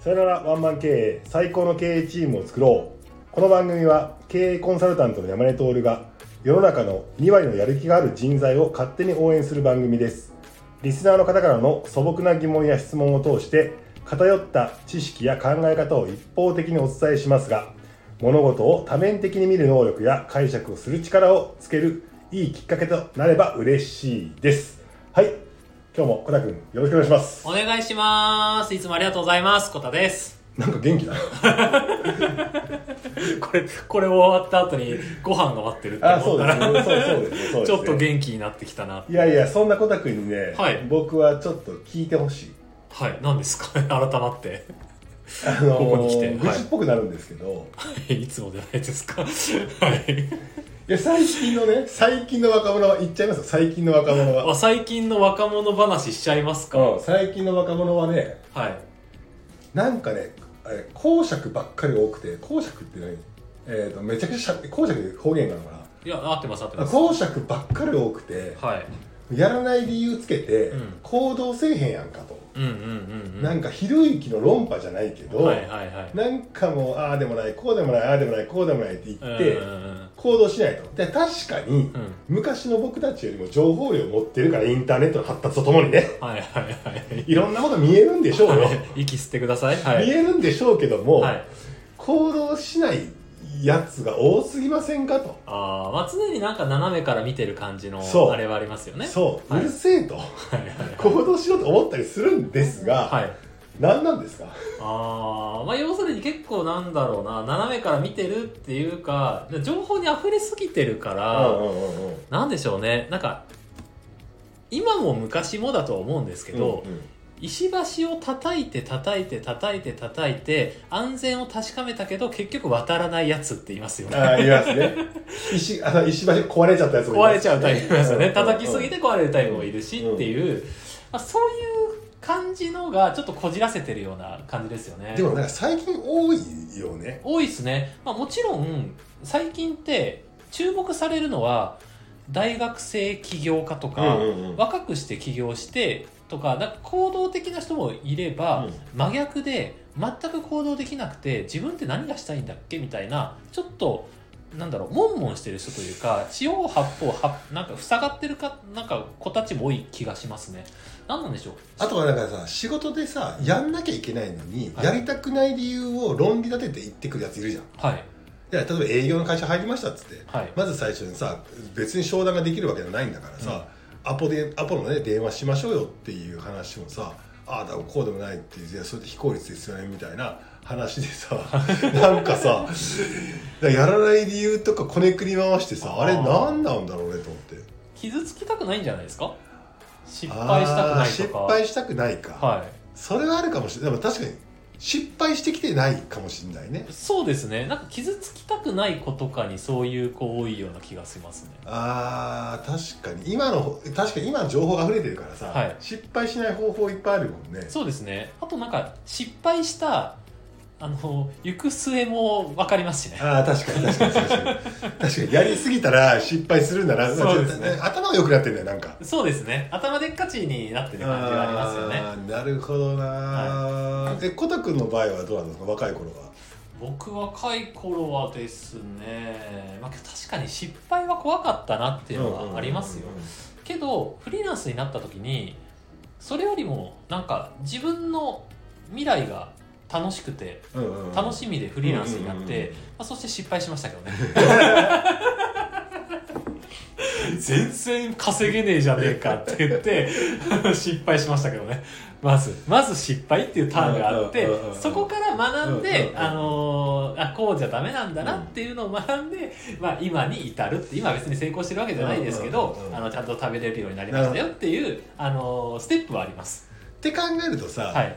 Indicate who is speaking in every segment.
Speaker 1: さよならワンマン経営最高の経営チームを作ろうこの番組は経営コンサルタントの山根徹が世の中の2割のやる気がある人材を勝手に応援する番組ですリスナーの方からの素朴な疑問や質問を通して偏った知識や考え方を一方的にお伝えしますが物事を多面的に見る能力や解釈をする力をつけるいいきっかけとなれば嬉しいですはい今日もコタくんよろしくお願いします
Speaker 2: お願いします。いつもありがとうございます。こたです。
Speaker 1: なんか元気だな
Speaker 2: これ、これ終わった後にご飯が待ってるって
Speaker 1: あ、そ
Speaker 2: 思っ
Speaker 1: う
Speaker 2: た
Speaker 1: です
Speaker 2: ら、
Speaker 1: ね。そうそうですね。そうです
Speaker 2: ち
Speaker 1: ね
Speaker 2: ょっと元気になってきたな。
Speaker 1: いやいや、そんなコタくんにね、
Speaker 2: はい
Speaker 1: 僕はちょっと聞いてほしい。
Speaker 2: はい、何ですか 改まって。
Speaker 1: あのー
Speaker 2: ここに来てはい
Speaker 1: 愚痴っぽくなるんですけど、
Speaker 2: いつもじゃないですか。はい。
Speaker 1: いや、最近のね、最近の若者は、言っちゃいますよ、最近の若者は。
Speaker 2: あ最近の若者話しちゃいますか、
Speaker 1: うん最近の若者はね、
Speaker 2: はい。
Speaker 1: なんかね、あれ公爵ばっかりが多くて、公爵って何えー、とめちゃくちゃしゃ公爵で方言なのか
Speaker 2: いや、合ってます、合って
Speaker 1: な
Speaker 2: ます。
Speaker 1: 公爵ばっかりが多くて
Speaker 2: はい。
Speaker 1: やらない理由つけて、
Speaker 2: うん
Speaker 1: 行動せえへんやんかと、
Speaker 2: うんうんうんうん。
Speaker 1: なんかひるゆきの論破じゃないけど、
Speaker 2: はいはいはい。
Speaker 1: なんかもうああでもないこうでもないああでもないこうでもないって言って、
Speaker 2: うんうんうん
Speaker 1: 行動しないとで確かに、
Speaker 2: うん
Speaker 1: 昔の僕たちよりも情報量持ってるからインターネットの発達とともにね
Speaker 2: はいはいはい。
Speaker 1: いろんなこと見えるんでしょうよ、
Speaker 2: はい息吸ってください。は
Speaker 1: 見
Speaker 2: い。
Speaker 1: えるんでしょうけども、
Speaker 2: はい。
Speaker 1: 行動しないやつが多すぎませんかと、
Speaker 2: ああ、まあ、常になんか斜めから見てる感じの
Speaker 1: そう
Speaker 2: あれはありますよね。
Speaker 1: そう、
Speaker 2: はいう
Speaker 1: るせえと
Speaker 2: はいはいはい
Speaker 1: 行動しろと思ったりするんですが、
Speaker 2: はい。
Speaker 1: 何なんですか
Speaker 2: ああ、まあ要するに結構なんだろうな、斜めから見てるっていうか、情報に溢れすぎてるから、
Speaker 1: うんうんうんうん
Speaker 2: なんでしょうね、なんか、今も昔もだとは思うんですけど、
Speaker 1: うんうん
Speaker 2: 石橋を叩いて叩いて叩いて叩いて、安全を確かめたけど、結局渡らないやつって言いますよね。
Speaker 1: ああ言いますね石あの石橋壊れちゃったやつもいます
Speaker 2: 壊れちゃうタイプいますよ
Speaker 1: うんうんう
Speaker 2: ね。
Speaker 1: ん
Speaker 2: 叩きすぎて壊れるタイプもいるしっていう、まあ、そういう感じのがちょっとこじらせてるような感じですよね。
Speaker 1: でもなんか最近多いよね
Speaker 2: 多いですね、まあ、もちろん最近って注目されるのは大学生起業家とか、
Speaker 1: うんうんうん
Speaker 2: 若くして起業してとかなんか行動的な人もいれば、
Speaker 1: うん
Speaker 2: 真逆で全く行動できなくて自分って何がしたいんだっけみたいなちょっとなんだろう悶々してる人というか四方八方はなんか塞がってるかなんか子たちも多い気がしますね何なんでしょう
Speaker 1: あとはなんかさ仕事でさやんなきゃいけないのに、
Speaker 2: はい
Speaker 1: やりたくない理由を論理立てて言ってくるやついるじゃんい
Speaker 2: はい
Speaker 1: や例えば営業の会社入りましたっつって
Speaker 2: はい
Speaker 1: まず最初にさ別に商談ができるわけじゃないんだからさ、アポでアポのね電話しましょうよっていう話もさああだこうでもないっていういやそれって非効率ですよねみたいな話で さなんかさだからやらない理由とかこねくり回してさあれ
Speaker 2: あー
Speaker 1: 何なんだろうねと思って
Speaker 2: 傷つきたくないんじゃないですか失敗したく
Speaker 1: あー
Speaker 2: ないと
Speaker 1: 失
Speaker 2: か
Speaker 1: 敗したくないか、
Speaker 2: はい
Speaker 1: それはあるかもしれないでも確かに失敗してきてないかもしれないね
Speaker 2: そうですねなんか傷つきたくない子とかにそういう子多いような気がしますね
Speaker 1: あー確かに今の確かに今情報が溢れてるからさ、
Speaker 2: はい
Speaker 1: 失敗しない方法いっぱいあるもんね
Speaker 2: そうですねあとなんか失敗したあの行く末も分かりますしね
Speaker 1: ああ確かに確かに確かに確かにやりすぎたら失敗するんだな
Speaker 2: そうですね
Speaker 1: ちょっと頭が良くなってんだよなんか
Speaker 2: そうですね頭でっかちになってる感じがありますよね
Speaker 1: あーなるほどな、えコタくんの場合はどうなんですか若い頃は
Speaker 2: 僕若い頃はですね、まあ、確かに失敗は怖かったなっていうのはあります
Speaker 1: う
Speaker 2: よ
Speaker 1: んうんうん
Speaker 2: けどフリーランスになった時にそれよりもなんか自分の未来が楽しくて
Speaker 1: うんうんうん
Speaker 2: 楽しみでフリーランスになって、
Speaker 1: うんうんうんうん
Speaker 2: まあ、そして失敗しました けどね全然稼げねえじゃねえかって言って失敗しましたけどねまずまず失敗っていうターンがあって
Speaker 1: うんうんうんうん
Speaker 2: そこから学ん
Speaker 1: うんうん
Speaker 2: で、
Speaker 1: うん
Speaker 2: あのーあこうじゃダメなんだなっていうのを学んで、まあ、今に至るって今は別に成功してるわけじゃないですけ
Speaker 1: うんう
Speaker 2: ど、
Speaker 1: んうんうん
Speaker 2: あのちゃんと食べれるようになりましたよっていう、あのーステップはあります。
Speaker 1: って考えるとさ、
Speaker 2: はい、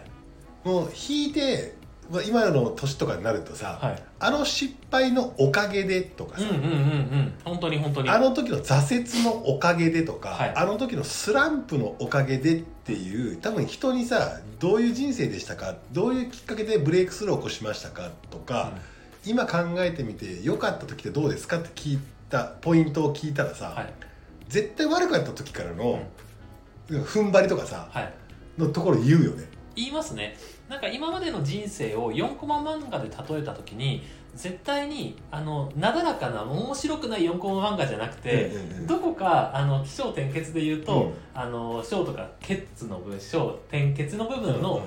Speaker 1: もう引いてまあ今の年とかになるとさ、
Speaker 2: はい
Speaker 1: あの失敗のおかげでとか
Speaker 2: うん
Speaker 1: さ、
Speaker 2: うんうんうん本当に本当に
Speaker 1: あの時の挫折のおかげでとか、
Speaker 2: はい
Speaker 1: あの時のスランプのおかげでっていう多分人にさどういう人生でしたかどういうきっかけでブレイクスルーを起こしましたかとか、今考えてみて良かった時ってどうですかって聞いたポイントを聞いたらさ、
Speaker 2: はい
Speaker 1: 絶対悪かった時からの踏ん張りとかさ
Speaker 2: はい
Speaker 1: のところ言うよね。
Speaker 2: 言いますねなんか今までの人生を4コマ漫画で例えた時に絶対にあのなだらかな面白くない4コマ漫画じゃなくて、どこかあの起承転結で言うと、あの章とかケツの部分章転結の部
Speaker 1: うん
Speaker 2: 分の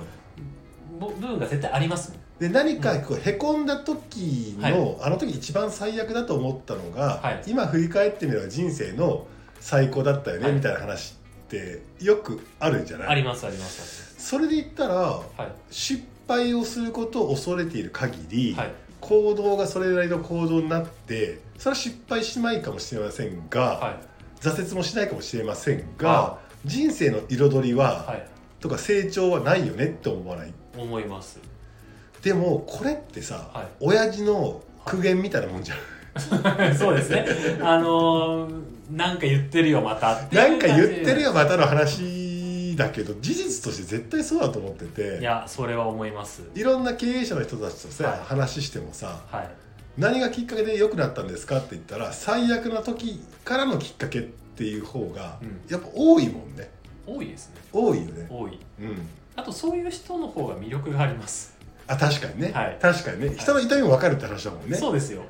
Speaker 2: ぼ部分が絶対ありますもん
Speaker 1: で何かこうへこんだ時の、あの時一番最悪だと思ったのが、
Speaker 2: はい
Speaker 1: 今振り返ってみれば人生の最高だったよね、
Speaker 2: はい
Speaker 1: みたいな話ってよくあるんじゃない
Speaker 2: ありますあります
Speaker 1: それで言ったら
Speaker 2: ありま
Speaker 1: 失敗をすることを恐れている限り、
Speaker 2: すはい、はい
Speaker 1: 行動がそれなりの行動になってそれは失敗しないかもしれませんが、
Speaker 2: はい
Speaker 1: 挫折もしないかもしれませんが、
Speaker 2: は
Speaker 1: 人生の彩りは、
Speaker 2: はい
Speaker 1: とか成長はないよねって思わない
Speaker 2: 思います
Speaker 1: でもこれってさ、
Speaker 2: はい
Speaker 1: 親父の苦言みたいなもんじゃん、
Speaker 2: そうですね。あのー、なんか言ってるよ、またっていう
Speaker 1: なん
Speaker 2: 感じ
Speaker 1: か
Speaker 2: で
Speaker 1: 言ってるよまたの話だけど事実として絶対そうだと思ってて
Speaker 2: いや、それは思います。
Speaker 1: いろんな経営者の人たちとさ、
Speaker 2: はい
Speaker 1: 話してもさ
Speaker 2: はい。
Speaker 1: 何がきっかけで良くなったんですかって言ったら最悪な時からのきっかけっていう方が、
Speaker 2: うん
Speaker 1: やっぱ多いもんね
Speaker 2: 多いですね。
Speaker 1: 多いよね
Speaker 2: 多い。
Speaker 1: うん
Speaker 2: あと、そういう人の方が魅力があります。
Speaker 1: あ確かにね、
Speaker 2: はい
Speaker 1: 確かにね人の痛みも分かるって話だもんね、
Speaker 2: そうですよ。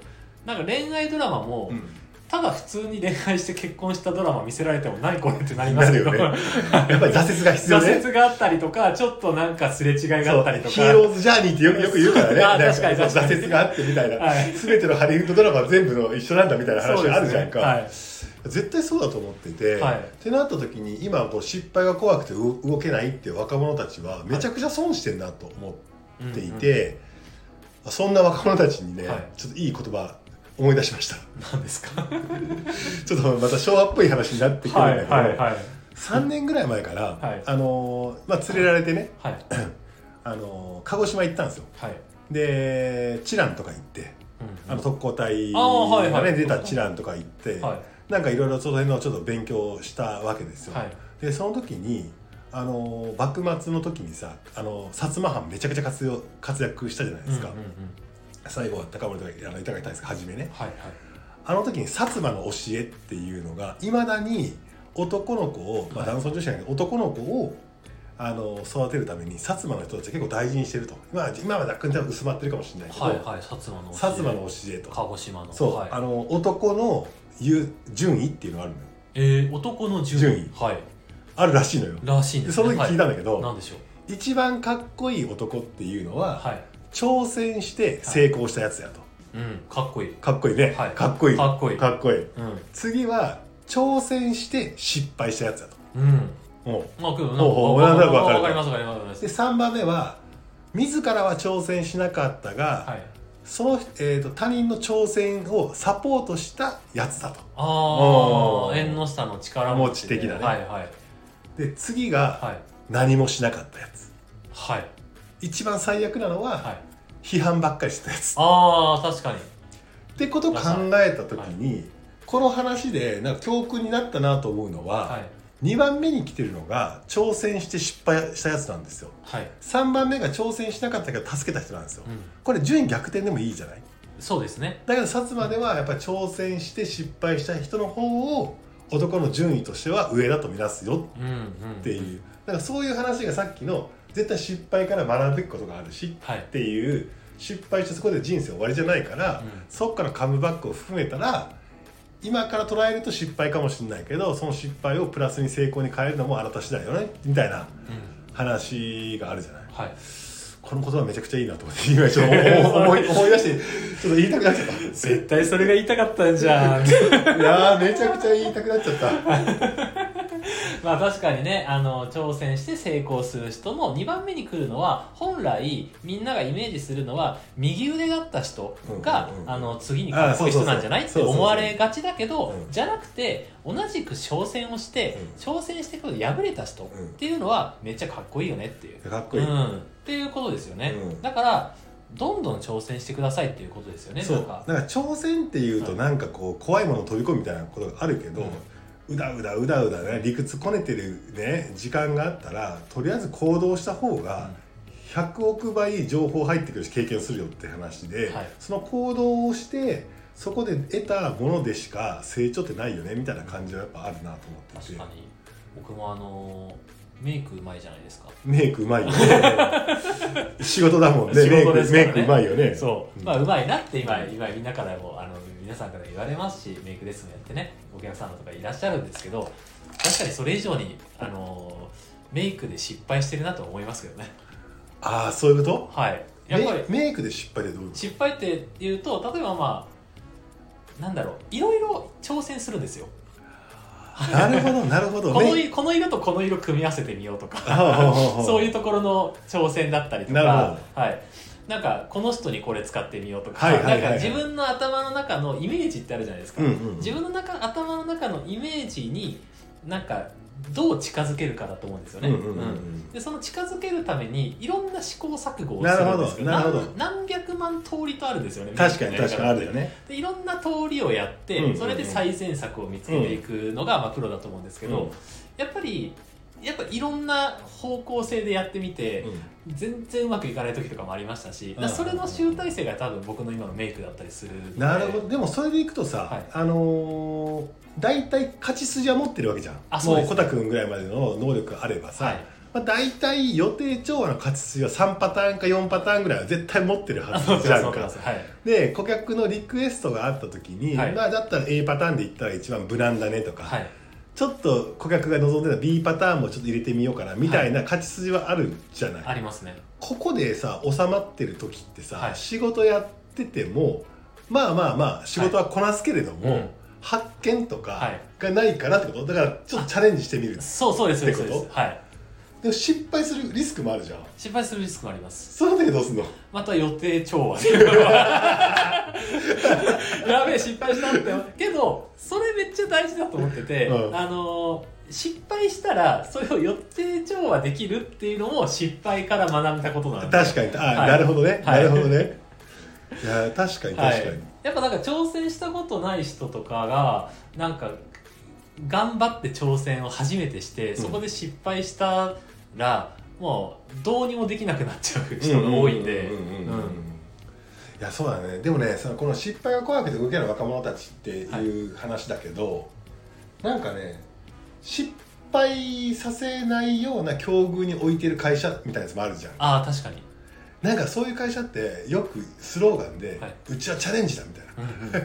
Speaker 2: なんか恋愛ドラマも、
Speaker 1: うん
Speaker 2: ただ普通に恋愛して結婚したドラマ見せられても何これってなりますけど、
Speaker 1: なるよねやっぱり挫折が必要ね
Speaker 2: 挫折があったりとか、ちょっとなんかすれ違いがあったりと
Speaker 1: ヒ
Speaker 2: か、
Speaker 1: ーローズジャーニーってよくよく言う からね
Speaker 2: あ確かに
Speaker 1: なん
Speaker 2: 確かに
Speaker 1: 挫折があってみたいな、
Speaker 2: はい
Speaker 1: 全てのハリウッドドラマは全部の一緒なんだみたいな話あるじゃんか、
Speaker 2: そうで
Speaker 1: 絶対そうだと思ってて、
Speaker 2: はい
Speaker 1: ってなった時に今こう失敗が怖くて動動けないっていう若者たちはめちゃくちゃ損してんなと思っ
Speaker 2: す
Speaker 1: て
Speaker 2: ね
Speaker 1: い
Speaker 2: はい。
Speaker 1: て、そんな若者たちにね、
Speaker 2: はい
Speaker 1: ちょっといい言葉思い出しました
Speaker 2: うんうん何ですかは
Speaker 1: ちょっとまた昭和っぽい話になってくるんだ
Speaker 2: い
Speaker 1: けど、
Speaker 2: はいはい。
Speaker 1: 3年ぐらい前から、
Speaker 2: はい
Speaker 1: あのーまあ、連れられてね、
Speaker 2: はい。
Speaker 1: あのー鹿児島行ったんですよ
Speaker 2: はい。
Speaker 1: で知覧とか行って
Speaker 2: うん
Speaker 1: あの特攻隊
Speaker 2: あー
Speaker 1: が
Speaker 2: は
Speaker 1: ね、
Speaker 2: いはい
Speaker 1: 出た知覧とか行って、
Speaker 2: は
Speaker 1: なんかいろいろその辺のちょっと勉強したわけです
Speaker 2: い。
Speaker 1: よ、
Speaker 2: はい。
Speaker 1: でその時にあの幕末の時にさあの薩摩藩めちゃくちゃ活用活躍したじゃないですか、
Speaker 2: うんうんうん
Speaker 1: 最後は高森とかあの板垣大輔初めね
Speaker 2: はいはい。
Speaker 1: あの時に薩摩の教えっていうのがいまだに男の子を、まあ、
Speaker 2: はい
Speaker 1: 男尊女子じゃないけど男の子をあの育てるために薩摩の人たちは結構大事にしてると、まあ、今は若干多分薄まってるかもしれないけど、
Speaker 2: はいはい、薩摩
Speaker 1: 薩
Speaker 2: の教え
Speaker 1: 摩の教えと
Speaker 2: 鹿児島の
Speaker 1: そう、
Speaker 2: はい
Speaker 1: あの男のゆ順位っていうのがあるのよ
Speaker 2: えー、男の順
Speaker 1: 順位
Speaker 2: はい
Speaker 1: あるらしいのよ
Speaker 2: らしいん
Speaker 1: で
Speaker 2: です、
Speaker 1: その
Speaker 2: ね、
Speaker 1: 時聞いた
Speaker 2: は
Speaker 1: んだけど、
Speaker 2: い、なんでしょう
Speaker 1: 一番かっこいい男っていうのは、
Speaker 2: はい
Speaker 1: 挑戦して成功したやつやと、
Speaker 2: うんかっこいい
Speaker 1: かっこいいね、
Speaker 2: はい
Speaker 1: かっこいい
Speaker 2: かっこいい
Speaker 1: かっこいい
Speaker 2: うん
Speaker 1: 次は挑戦して失敗したやつやと
Speaker 2: うん
Speaker 1: うん
Speaker 2: まあけどなん
Speaker 1: ほうほうなんとなくわかる
Speaker 2: わかりますわかりますわかります
Speaker 1: で3番目は自らは挑戦しなかったが、
Speaker 2: はい
Speaker 1: その、えー、と他人の挑戦をサポートしたやつだと
Speaker 2: あ
Speaker 1: お
Speaker 2: あ
Speaker 1: ー
Speaker 2: 縁の下の力
Speaker 1: 持ち的なね
Speaker 2: はいはい
Speaker 1: で次が
Speaker 2: はい
Speaker 1: 何もしなかったやつ
Speaker 2: はい
Speaker 1: 一番最悪なのは、
Speaker 2: はい
Speaker 1: 批判ばっかりしてたやつ
Speaker 2: ああ確か
Speaker 1: っ
Speaker 2: に
Speaker 1: てことを考えた時に、この話でなんか教訓になったなと思うのは、
Speaker 2: はい
Speaker 1: 2番目に来てるのが挑戦して失敗したやつなんですよ
Speaker 2: はい
Speaker 1: 3番目が挑戦しなかったけど助けた人なんですよ、
Speaker 2: うん
Speaker 1: これ順位逆転でもいいじゃない
Speaker 2: そうですね
Speaker 1: だけど薩摩ではやっぱり挑戦して失敗した人の方を男の順位としては上だと見なすよ
Speaker 2: うんうん
Speaker 1: っていうだからそういう話がさっきの絶対失敗から学ぶべきことがあるし
Speaker 2: はい
Speaker 1: っていう失敗してそこで人生終わりじゃないから、
Speaker 2: うん
Speaker 1: そっからカムバックを含めたら今から捉えると失敗かもしれないけどその失敗をプラスに成功に変えるのもあなた次第よねみたいな
Speaker 2: うん
Speaker 1: 話があるじゃない
Speaker 2: はい
Speaker 1: この言葉めちゃくちゃいいなと思って今ちょ っと思思い思い出してちょっと言いたくなっちゃった
Speaker 2: 絶対それが言いたかったんじゃ ん
Speaker 1: いやーめちゃくちゃ言いたくなっちゃった
Speaker 2: まあ確かにねあの挑戦して成功する人の2番目に来るのは本来みんながイメージするのは右腕だった人が、
Speaker 1: うんうんうん
Speaker 2: あの次にかっこいい人なんじゃない
Speaker 1: あ
Speaker 2: っ
Speaker 1: そ
Speaker 2: て
Speaker 1: うそうそう
Speaker 2: 思われがちだけど
Speaker 1: うん
Speaker 2: じゃなくて同じく挑戦をして、挑戦してくる敗れた人っ
Speaker 1: うん
Speaker 2: ていうのはめっちゃかっこいいよねっていう、
Speaker 1: かっこ
Speaker 2: う
Speaker 1: いい、
Speaker 2: ん、っていうことですよね、
Speaker 1: うん
Speaker 2: だからどんどん挑戦してくださいっていうことですよね
Speaker 1: そう
Speaker 2: なんか
Speaker 1: なんか挑戦っていうとなんかこう怖いもの飛び込むみたいなことがあるけど、うだうだうだうだね理屈こねてるね時間があったらとりあえず行動した方が100億倍情報入ってくるし経験するよって話で、
Speaker 2: はい
Speaker 1: その行動をしてそこで得たものでしか成長ってないよねみたいな感じはやっぱあるなと思って
Speaker 2: 確
Speaker 1: て
Speaker 2: かに僕もあのメイクうまいじゃないですか
Speaker 1: メイクうまいよね 仕事だもんね
Speaker 2: 仕事ですか
Speaker 1: メ
Speaker 2: らね
Speaker 1: イクメイクうまいよね
Speaker 2: そう、
Speaker 1: うん
Speaker 2: まあうまいなって今今みんなからもあの皆さんから言われますしメイクレッスンやってねお客様とかいらっしゃるんですけど確かにそれ以上にあのメイクで失敗してるなと思いますけどね
Speaker 1: ああそういうこと
Speaker 2: はいやっぱり
Speaker 1: メイメイクで失敗でどうい うこ
Speaker 2: 失敗って言うと例えばまあなんだろういろいろ挑戦するんですよ
Speaker 1: となるほどなるほど
Speaker 2: この
Speaker 1: メイク
Speaker 2: いこの色とこの色組み合わせてみようとか
Speaker 1: あああああ
Speaker 2: そういうところの挑戦だったりとか、
Speaker 1: なる
Speaker 2: はい、なんかこの人にこれ使ってみようとか、
Speaker 1: はいはいはいはい
Speaker 2: なんか自分の頭の中のイメージってあるじゃないですか、
Speaker 1: うんうんうん
Speaker 2: 自分の中頭の中のイメージになんかどう近づけるかだと思うんですよね。
Speaker 1: うんうんうんうん
Speaker 2: でその近づけるためにいろんな試行錯誤をするんですけど
Speaker 1: なるほどなるほど
Speaker 2: 何何百万通りとあるんですよね
Speaker 1: 確かに
Speaker 2: メイクのやり
Speaker 1: 確
Speaker 2: 方
Speaker 1: かにあるよね
Speaker 2: でいろんな通りをやって、
Speaker 1: うんうんうん
Speaker 2: それで最善策を見つけていくのが、まあ、プロだと思うんですけど、
Speaker 1: うん
Speaker 2: やっぱりやっぱいろんな方向性でやってみて、全然うまくいかない時とかもありましたし、だからそれの集大成が多分僕の今のメイクだったりするので
Speaker 1: なるほどでもそれでいくとさ、
Speaker 2: はい
Speaker 1: あのー大体勝ち筋は持ってるわけじゃん
Speaker 2: あそうです
Speaker 1: もうコタくんぐらいまでの能力があればさ、
Speaker 2: はい
Speaker 1: まあ、大体予定調和の勝ち筋は3パターンか4パターンぐらいは絶対持ってるは
Speaker 2: あ
Speaker 1: ず
Speaker 2: そう
Speaker 1: じ
Speaker 2: そう
Speaker 1: ゃ
Speaker 2: そ
Speaker 1: ん
Speaker 2: う
Speaker 1: か
Speaker 2: そうはい
Speaker 1: で顧客のリクエストがあった時に、
Speaker 2: はい
Speaker 1: まあ、だったら A パターンでいったら一番無難だねとか、
Speaker 2: はい
Speaker 1: ちょっと顧客が望んでた B パターンもちょっと入れてみようかなみたいな勝ち筋はあるじゃない、
Speaker 2: ありますね
Speaker 1: ここでさ収まってる時ってさ、
Speaker 2: はい
Speaker 1: 仕事やっててもまあまあまあ仕事はこなすけれども、
Speaker 2: はいうん
Speaker 1: 発見と
Speaker 2: は
Speaker 1: か
Speaker 2: い
Speaker 1: がないかなってことだからちょっとチャレンジしてみる
Speaker 2: そうそうですそうです
Speaker 1: ってこ
Speaker 2: そう
Speaker 1: と
Speaker 2: ですはい
Speaker 1: でも失敗するリスクもあるじゃん
Speaker 2: 失敗するリスクもあります
Speaker 1: その時どうすんの
Speaker 2: また予定調 和やべえ失敗したってけどそれめっちゃ大事だと思ってて、
Speaker 1: うん
Speaker 2: あのー失敗したらそれを予定調和できるっていうのを失敗から学んだことなんで
Speaker 1: 確かにあ、
Speaker 2: はい
Speaker 1: なるほどね、
Speaker 2: は
Speaker 1: な
Speaker 2: い
Speaker 1: るほどねいや確かに確か
Speaker 2: は
Speaker 1: に、
Speaker 2: い、やっぱなんか挑戦したことない人とかがなんか頑張って挑戦を初めてしてそこで失敗したら、もうどうにもできなくなっちゃう人が多いんで
Speaker 1: ううんうんうんうん
Speaker 2: うん
Speaker 1: いやそうだねでもねそのこの失敗が怖くて動けない若者たちっていう話だけど、なんかね失敗させないような境遇に置いてる会社みたいなやつもあるじゃん
Speaker 2: ああ確かに、
Speaker 1: なんかそういう会社ってよくスローガンで、
Speaker 2: はいう
Speaker 1: ちはチャレンジだみたい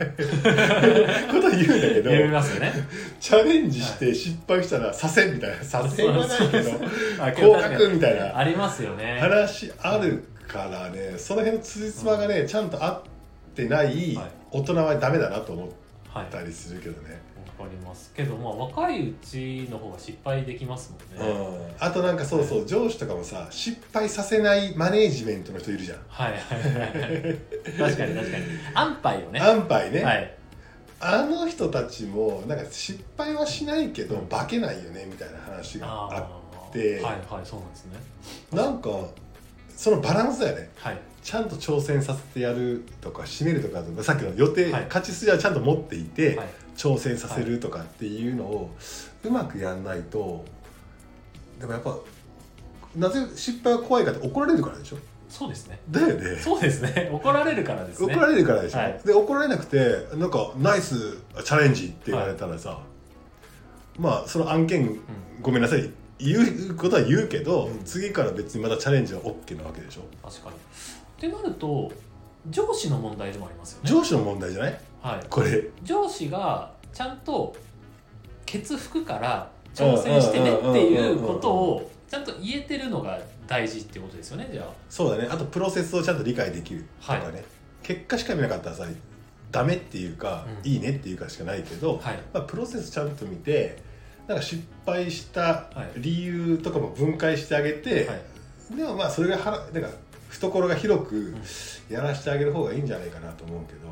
Speaker 1: な
Speaker 2: うん
Speaker 1: ことを言うんだけど
Speaker 2: 言いますよね
Speaker 1: チャレンジして失敗したらさせんみたいなさせんはないけど合
Speaker 2: あ
Speaker 1: 格みたいな
Speaker 2: ありますよね
Speaker 1: 話あるからねその辺のつじつまがね、ちゃんと合ってない
Speaker 2: はい
Speaker 1: 大人はダメだなと思っ
Speaker 2: はいわ
Speaker 1: たりするけどね、
Speaker 2: かりますけどまあ若いうちの方が失敗できますもんね、
Speaker 1: うんあとなんかそうそう上司とかもさ失敗させないマネージメントの人いるじゃん、
Speaker 2: はいはいはいはい確かに確かに安牌をね
Speaker 1: 安牌ね、
Speaker 2: はい
Speaker 1: あの人たちもなんか失敗はしないけど化けないよねみたいな話があ
Speaker 2: あー
Speaker 1: で
Speaker 2: はいはいそうなんですね
Speaker 1: なんかそのバランスだよね
Speaker 2: はい
Speaker 1: ちゃんと挑戦させてやるとか締めるとかとかさっきの予定、
Speaker 2: はい
Speaker 1: 勝ち筋はちゃんと持っていて、
Speaker 2: はい
Speaker 1: 挑戦させるとかっていうのをうまくやんないとでもやっぱなぜ失敗が怖いかって怒られるからでしょ
Speaker 2: そうですね
Speaker 1: だよね
Speaker 2: そうですね 怒られるからです
Speaker 1: 怒
Speaker 2: ね
Speaker 1: られるからでしょ、
Speaker 2: はい
Speaker 1: で怒られなくてなんかナイスチャレンジって言われたらさ、まあその案件、ごめんなさい言うことは言うけど、
Speaker 2: うん
Speaker 1: 次から別にまたチャレンジは OK なわけでしょ
Speaker 2: 確かにってなると上司の問題でもありますよね
Speaker 1: 上司の問題じゃない
Speaker 2: はい
Speaker 1: これ
Speaker 2: 上司がちゃんと血服から挑戦してねっていうことをちゃんと言えてるのが大事ってことですよねじゃあ
Speaker 1: そうだねあとプロセスをちゃんと理解できるとかね、
Speaker 2: は
Speaker 1: 結果しか見なかったらさダメっていうか、
Speaker 2: うん
Speaker 1: いいねっていうかしかないけど、
Speaker 2: はい
Speaker 1: まあ、プロセスちゃんと見てなんか失敗した
Speaker 2: はい
Speaker 1: 理由とかも分解してあげて、
Speaker 2: はい
Speaker 1: でもまあそれがはらなんか懐が広くやらせてあげる方がいいんじゃないかなと思うけど、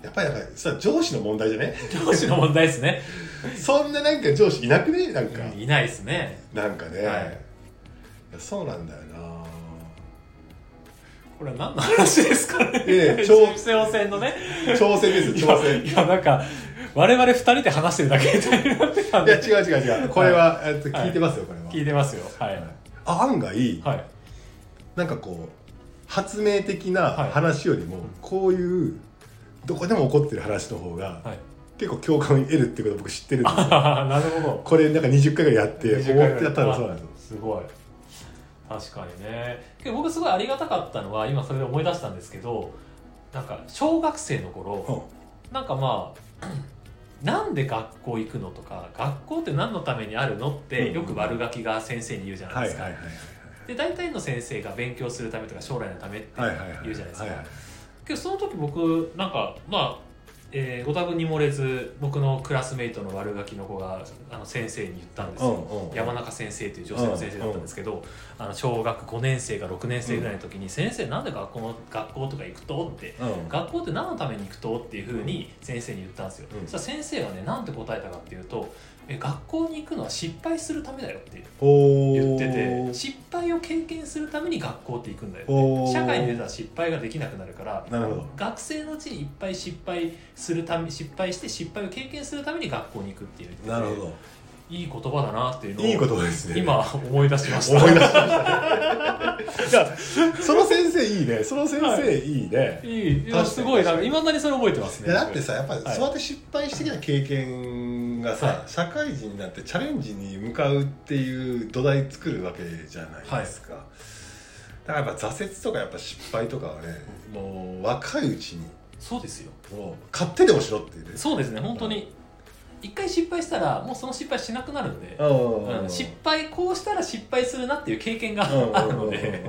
Speaker 1: やっぱりなんかさ上司の問題じゃね
Speaker 2: 上司の問題ですね
Speaker 1: そんななんか上司いなくねなんか、
Speaker 2: いないですね
Speaker 1: なんかね、
Speaker 2: はい
Speaker 1: いやそうなんだよな
Speaker 2: これは何の話ですかね
Speaker 1: い やいや
Speaker 2: 挑
Speaker 1: 超
Speaker 2: 戦のね
Speaker 1: 挑戦です
Speaker 2: い
Speaker 1: 挑
Speaker 2: や
Speaker 1: 戦
Speaker 2: いやなんか我々二人で話してるだけみたいになってたん
Speaker 1: いや
Speaker 2: で
Speaker 1: 違う違う違うこれは、えっと聞いてますよこれは、
Speaker 2: 聞いてますよはい
Speaker 1: あ案外
Speaker 2: はい
Speaker 1: なんかこう発明的な
Speaker 2: はい
Speaker 1: 話よりも、こういうどこでも起こってる話の方が
Speaker 2: はい
Speaker 1: 結構共感を得るってこと僕知ってるんですよ
Speaker 2: なるほど
Speaker 1: これなんか20回ぐらいやって思って
Speaker 2: 20回ぐら
Speaker 1: や
Speaker 2: い
Speaker 1: ったらそうなんですよ
Speaker 2: すごい確かにねけど僕すごいありがたかったのは今それで思い出したんですけどなんか小学生の頃、なんかまあなんで学校行くのとか学校って何のためにあるのっ
Speaker 1: うんう
Speaker 2: て
Speaker 1: ん
Speaker 2: よく悪ガキが先生に言うじゃな
Speaker 1: は
Speaker 2: い
Speaker 1: い
Speaker 2: で
Speaker 1: は
Speaker 2: す
Speaker 1: い
Speaker 2: か、
Speaker 1: はい
Speaker 2: で大体の先生が勉強するためとか将来のためって
Speaker 1: はいはいはい
Speaker 2: 言うじゃないですか、
Speaker 1: はは
Speaker 2: けどその時僕なんかまあえーご多分に漏れず僕のクラスメイトの悪ガキの子があの先生に言ったんですよ、
Speaker 1: うんうん
Speaker 2: 山中先生という女性の先生だったんですけど、あの小学5年生か6年生ぐらいの時に「先生なんで学校の学校とか行くと?」って
Speaker 1: うん
Speaker 2: 学校って何のために行くとっていうふうに先生に言ったんですよ、
Speaker 1: うん
Speaker 2: そしたら先生はね何て答えたかっていうとえ学校に行くのは失敗するためだよって
Speaker 1: お
Speaker 2: 言
Speaker 1: ー
Speaker 2: ってて失敗を経験するために学校って行くんだよ
Speaker 1: おー
Speaker 2: 社会に出たら失敗ができなくなるから
Speaker 1: なるほど
Speaker 2: 学生のうちにいっぱい失敗するため失敗して失敗を経験するために学校に行くっていう
Speaker 1: なるほ
Speaker 2: いい言葉だなっていうの
Speaker 1: ど
Speaker 2: を
Speaker 1: いいことですね
Speaker 2: 今思い出しました
Speaker 1: 思い出しまし たねいやその先生いいねその先
Speaker 2: は
Speaker 1: 生いいね、
Speaker 2: いい
Speaker 1: 確
Speaker 2: い
Speaker 1: か
Speaker 2: や
Speaker 1: に
Speaker 2: すごいなんかいまだにそれ覚えてます
Speaker 1: い
Speaker 2: ね
Speaker 1: やだってさやっぱり
Speaker 2: はい
Speaker 1: そうやって失敗してきた経験がさ、
Speaker 2: はい
Speaker 1: 社会人になってチャレンジに向かうっていう土台作るわけじゃないですか、だからやっぱ挫折とかやっぱ失敗とかはねもう若いうちに
Speaker 2: そうですよ
Speaker 1: もう勝手でもしろっていうね
Speaker 2: そうですね本当に一回失敗したらもうその失敗しなくなるんで、
Speaker 1: うん
Speaker 2: うん失敗こうしたら失敗するなっていう経験が
Speaker 1: うんうんうんうんうんうんうん
Speaker 2: あるので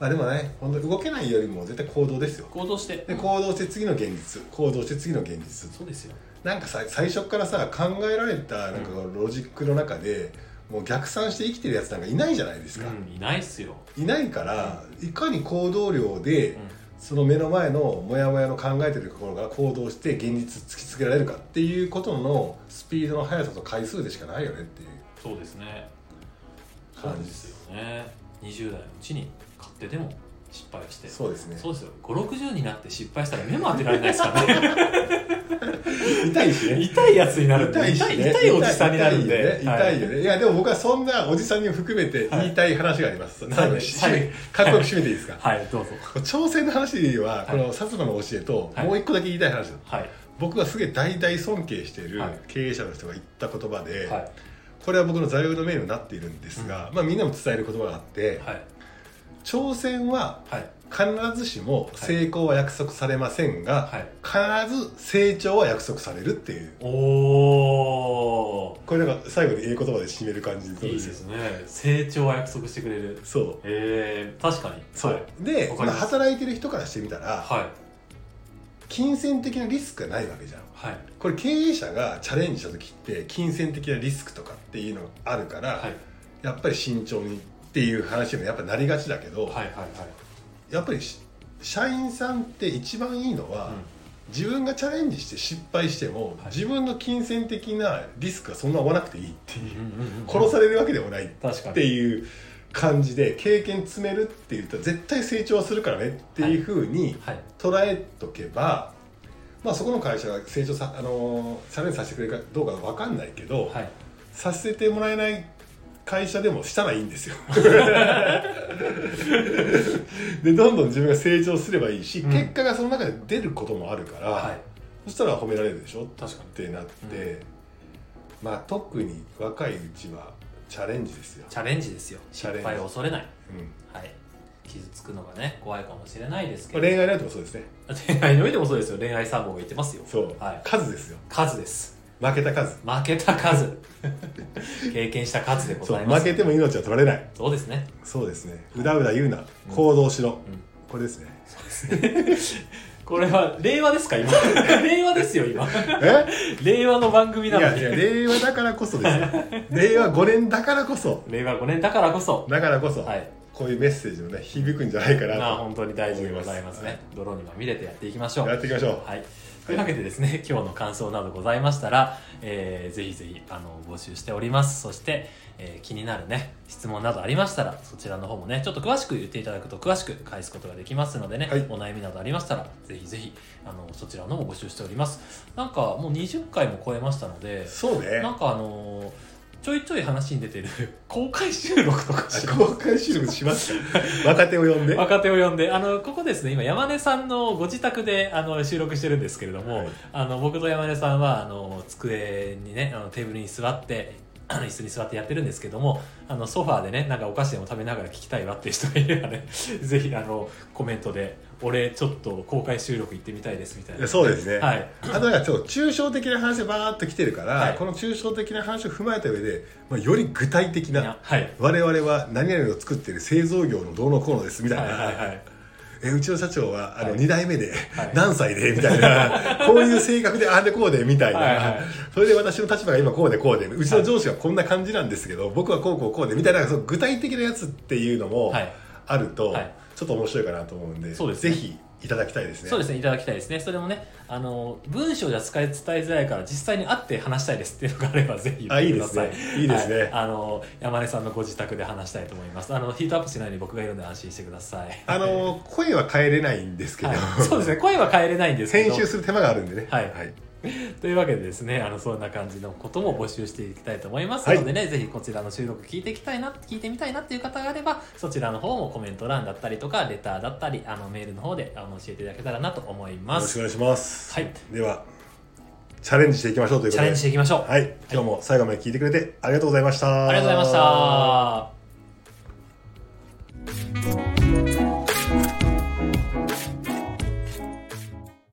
Speaker 1: まあでもね本当に動けないよりも絶対行動ですよ
Speaker 2: 行動して
Speaker 1: で行動して次の現実行動して次の現実
Speaker 2: そうですよ
Speaker 1: なんかさ最初からさ考えられたなんかロジックの中で、もう逆算して生きてるやつなんかいないじゃないですか、
Speaker 2: うんいないっすよ、
Speaker 1: いないからいかに行動量で、
Speaker 2: うん
Speaker 1: その目の前のモヤモヤの考えてるところが行動して現実突きつけられるかっていうことのスピードの速さと回数でしかないよねっていう
Speaker 2: そうですねそう
Speaker 1: 感じ
Speaker 2: で
Speaker 1: ですす
Speaker 2: よね20代のうちに買ってでも失敗して
Speaker 1: そうですね
Speaker 2: そうですよ560になって失敗したら目も当てられないですからね
Speaker 1: 痛いしね
Speaker 2: 痛いやつになるんで
Speaker 1: 痛いしね
Speaker 2: 痛い痛いおじさんになるんで
Speaker 1: 痛いよね痛いよね、い、やでも僕はそんなおじさんに含めて言いたい話があります、なので
Speaker 2: 最後
Speaker 1: 締めかっこよく締めていいですか、
Speaker 2: はい、はい、どうぞ
Speaker 1: 挑戦の話はこ
Speaker 2: は
Speaker 1: の薩摩の教えと
Speaker 2: はい
Speaker 1: もう一個だけ言いたい話です、
Speaker 2: はい
Speaker 1: 僕がすげえ大々尊敬している
Speaker 2: はい
Speaker 1: 経営者の人が言った言葉で、
Speaker 2: はい
Speaker 1: これは僕の座右の銘になっているんですが、まあ、みんなも伝える言葉があって、
Speaker 2: はい
Speaker 1: 挑戦は
Speaker 2: はい
Speaker 1: 必ずしも成功は約束されませんが、
Speaker 2: はい
Speaker 1: 必ず成長は約束されるっていう
Speaker 2: おお
Speaker 1: これなんか最後にええ言葉で締める感じ
Speaker 2: いいですね成長は約束してくれる
Speaker 1: そう
Speaker 2: えー、確かに
Speaker 1: そう、
Speaker 2: はい
Speaker 1: で
Speaker 2: わか
Speaker 1: ま
Speaker 2: り
Speaker 1: あ
Speaker 2: ます
Speaker 1: 働いてる人からしてみたら、
Speaker 2: はい
Speaker 1: 金銭的なリスクがないわけじゃん
Speaker 2: はい
Speaker 1: これ経営者がチャレンジした時って金銭的なリスクとかっていうのがあるから、
Speaker 2: はい
Speaker 1: やっぱり慎重にっていう話にもやっぱなりがちだけど、
Speaker 2: はいはいはい
Speaker 1: やっぱりし社員さんって一番いいのは、
Speaker 2: う
Speaker 1: 自分がチャレンジして失敗しても、
Speaker 2: はい
Speaker 1: 自分の金銭的なリスクがそんな負わなくていいっていう、
Speaker 2: んうんうんうん
Speaker 1: 殺されるわけでもない
Speaker 2: 確か
Speaker 1: っ
Speaker 2: に
Speaker 1: ていう感じで経験積めるっていうと絶対成長するからねっていうふうに
Speaker 2: はい
Speaker 1: 捉えとけば、まあ、そこの会社が成長さ、あのーチャレンジさせてくれるかどうかわかんないけど、
Speaker 2: はい
Speaker 1: させてもらえない会社でもしたらいいんですよ。でどんどん自分が成長すればいいし、
Speaker 2: うん
Speaker 1: 結果がその中で出ることもあるから、
Speaker 2: はい
Speaker 1: そしたら褒められるでしょ
Speaker 2: 確かに
Speaker 1: ってなって、まあ特に若いうちはチャレンジですよ。
Speaker 2: チャレンジですよ
Speaker 1: チ
Speaker 2: 失
Speaker 1: ャレンジ
Speaker 2: 敗を恐れない
Speaker 1: うん
Speaker 2: はい傷つくのがね怖いかもしれないですけ
Speaker 1: まあ、
Speaker 2: ど
Speaker 1: 恋愛なんてもそうですね
Speaker 2: 恋愛においてもそうですよ恋愛参謀が言ってますよ
Speaker 1: そう、
Speaker 2: はい
Speaker 1: 数ですよ
Speaker 2: 数です
Speaker 1: 負けた数
Speaker 2: 負けた数 経験した数でご
Speaker 1: そう
Speaker 2: ざいます
Speaker 1: 負けても命は取られない
Speaker 2: そうですね
Speaker 1: そうですねうだうだ言うな、行動しろ、これですね
Speaker 2: これは令和ですか今 令和ですよ今
Speaker 1: え
Speaker 2: 令和の番組
Speaker 1: い
Speaker 2: なの
Speaker 1: や
Speaker 2: に
Speaker 1: いや令和だからこそですよ 令和5年だからこそ
Speaker 2: 令和5年だからこそ
Speaker 1: だからこそ、
Speaker 2: はい
Speaker 1: こういうメッセージもね響くんじゃないかなと
Speaker 2: まあ本当に大事でございます
Speaker 1: 思い
Speaker 2: ね泥にまみれてやっていきましょう
Speaker 1: やっていきましょう、
Speaker 2: はい、というわけでですね、 今日の感想などございましたら、えーぜひぜひあの募集しておりますそして、えー気になるね質問などありましたらそちらの方もねちょっと詳しく言っていただくと詳しく返すことができますのでね、
Speaker 1: はい
Speaker 2: お悩みなどありましたらぜひぜひあのそちらのも募集しておりますなんかもう20回も超えましたので
Speaker 1: そうね
Speaker 2: なんかあのーちょいちょい話に出てる 公開収録とかし
Speaker 1: あ公開収録します か若手を呼んで
Speaker 2: 若手を呼んであのここですね今山根さんのご自宅であの収録してるんですけれども、
Speaker 1: はい
Speaker 2: あの僕と山根さんはあの机にねあのテーブルに座って あの椅子に座ってやってるんですけどもあのソファーでねなんかお菓子でも食べながら聞きたいわっていう人がいればね ぜひあのコメントで「俺ちょっと公開収録行ってみたいです」みたい
Speaker 1: いや
Speaker 2: な
Speaker 1: そうですね、
Speaker 2: はい
Speaker 1: あとはちょっと抽象的な話でバーッと来てるから、
Speaker 2: はい
Speaker 1: この抽象的な話を踏まえた上で、まあ、より具体的な
Speaker 2: はい
Speaker 1: 我々は何々を作ってる製造業のどうのこうのですみたい
Speaker 2: は
Speaker 1: な、
Speaker 2: いはいはい
Speaker 1: えうちの社長はあの
Speaker 2: はい
Speaker 1: 2代目で、
Speaker 2: はい
Speaker 1: 何歳でみたい なこういう性格であんでこうでみたいな、
Speaker 2: はいはい
Speaker 1: それで私の立場が今こうでこうでうちの上司はこんな感じなんですけど、僕はこうこうこうでみたいなその具体的なやつっていうのも
Speaker 2: はい
Speaker 1: あると、
Speaker 2: はい
Speaker 1: ちょっと面白いかなと思うんで
Speaker 2: そうですね
Speaker 1: ぜひいただきたいですね。
Speaker 2: そうですねいただきたいですねそれもねあの文章じゃ使い伝えづらいから実際に会って話したいですっていうのがあればぜひ言
Speaker 1: あ
Speaker 2: っ
Speaker 1: い
Speaker 2: て
Speaker 1: い
Speaker 2: く
Speaker 1: で
Speaker 2: だ
Speaker 1: す
Speaker 2: さい
Speaker 1: ねいいですね、
Speaker 2: はあの山根さんのご自宅で話したいと思いますあのヒートアップしないで僕がいるので安心してください
Speaker 1: あの声は変えれないんですけど、
Speaker 2: はい、そうですね声は変えれないんですけ
Speaker 1: 編
Speaker 2: ど
Speaker 1: 集する手間があるんでね
Speaker 2: はいというわけでですねあのそんな感じのことも募集していきたいと思いますのでね、ぜひこちらの収録聞いていきたいな聞いてみたいなっていう方があればそちらの方もコメント欄だったりとかレターだったりあのメールの方であの教えていただけたらなと思い
Speaker 1: よろ
Speaker 2: ま
Speaker 1: しくお
Speaker 2: す
Speaker 1: 願いします、
Speaker 2: はい
Speaker 1: ではチャレンジしていきましょうという
Speaker 2: チ
Speaker 1: こと
Speaker 2: ャレ
Speaker 1: で
Speaker 2: ンジしていきましょう、
Speaker 1: はい今日も最後まで聞いてくれてありがとうございました
Speaker 2: ありがとうございました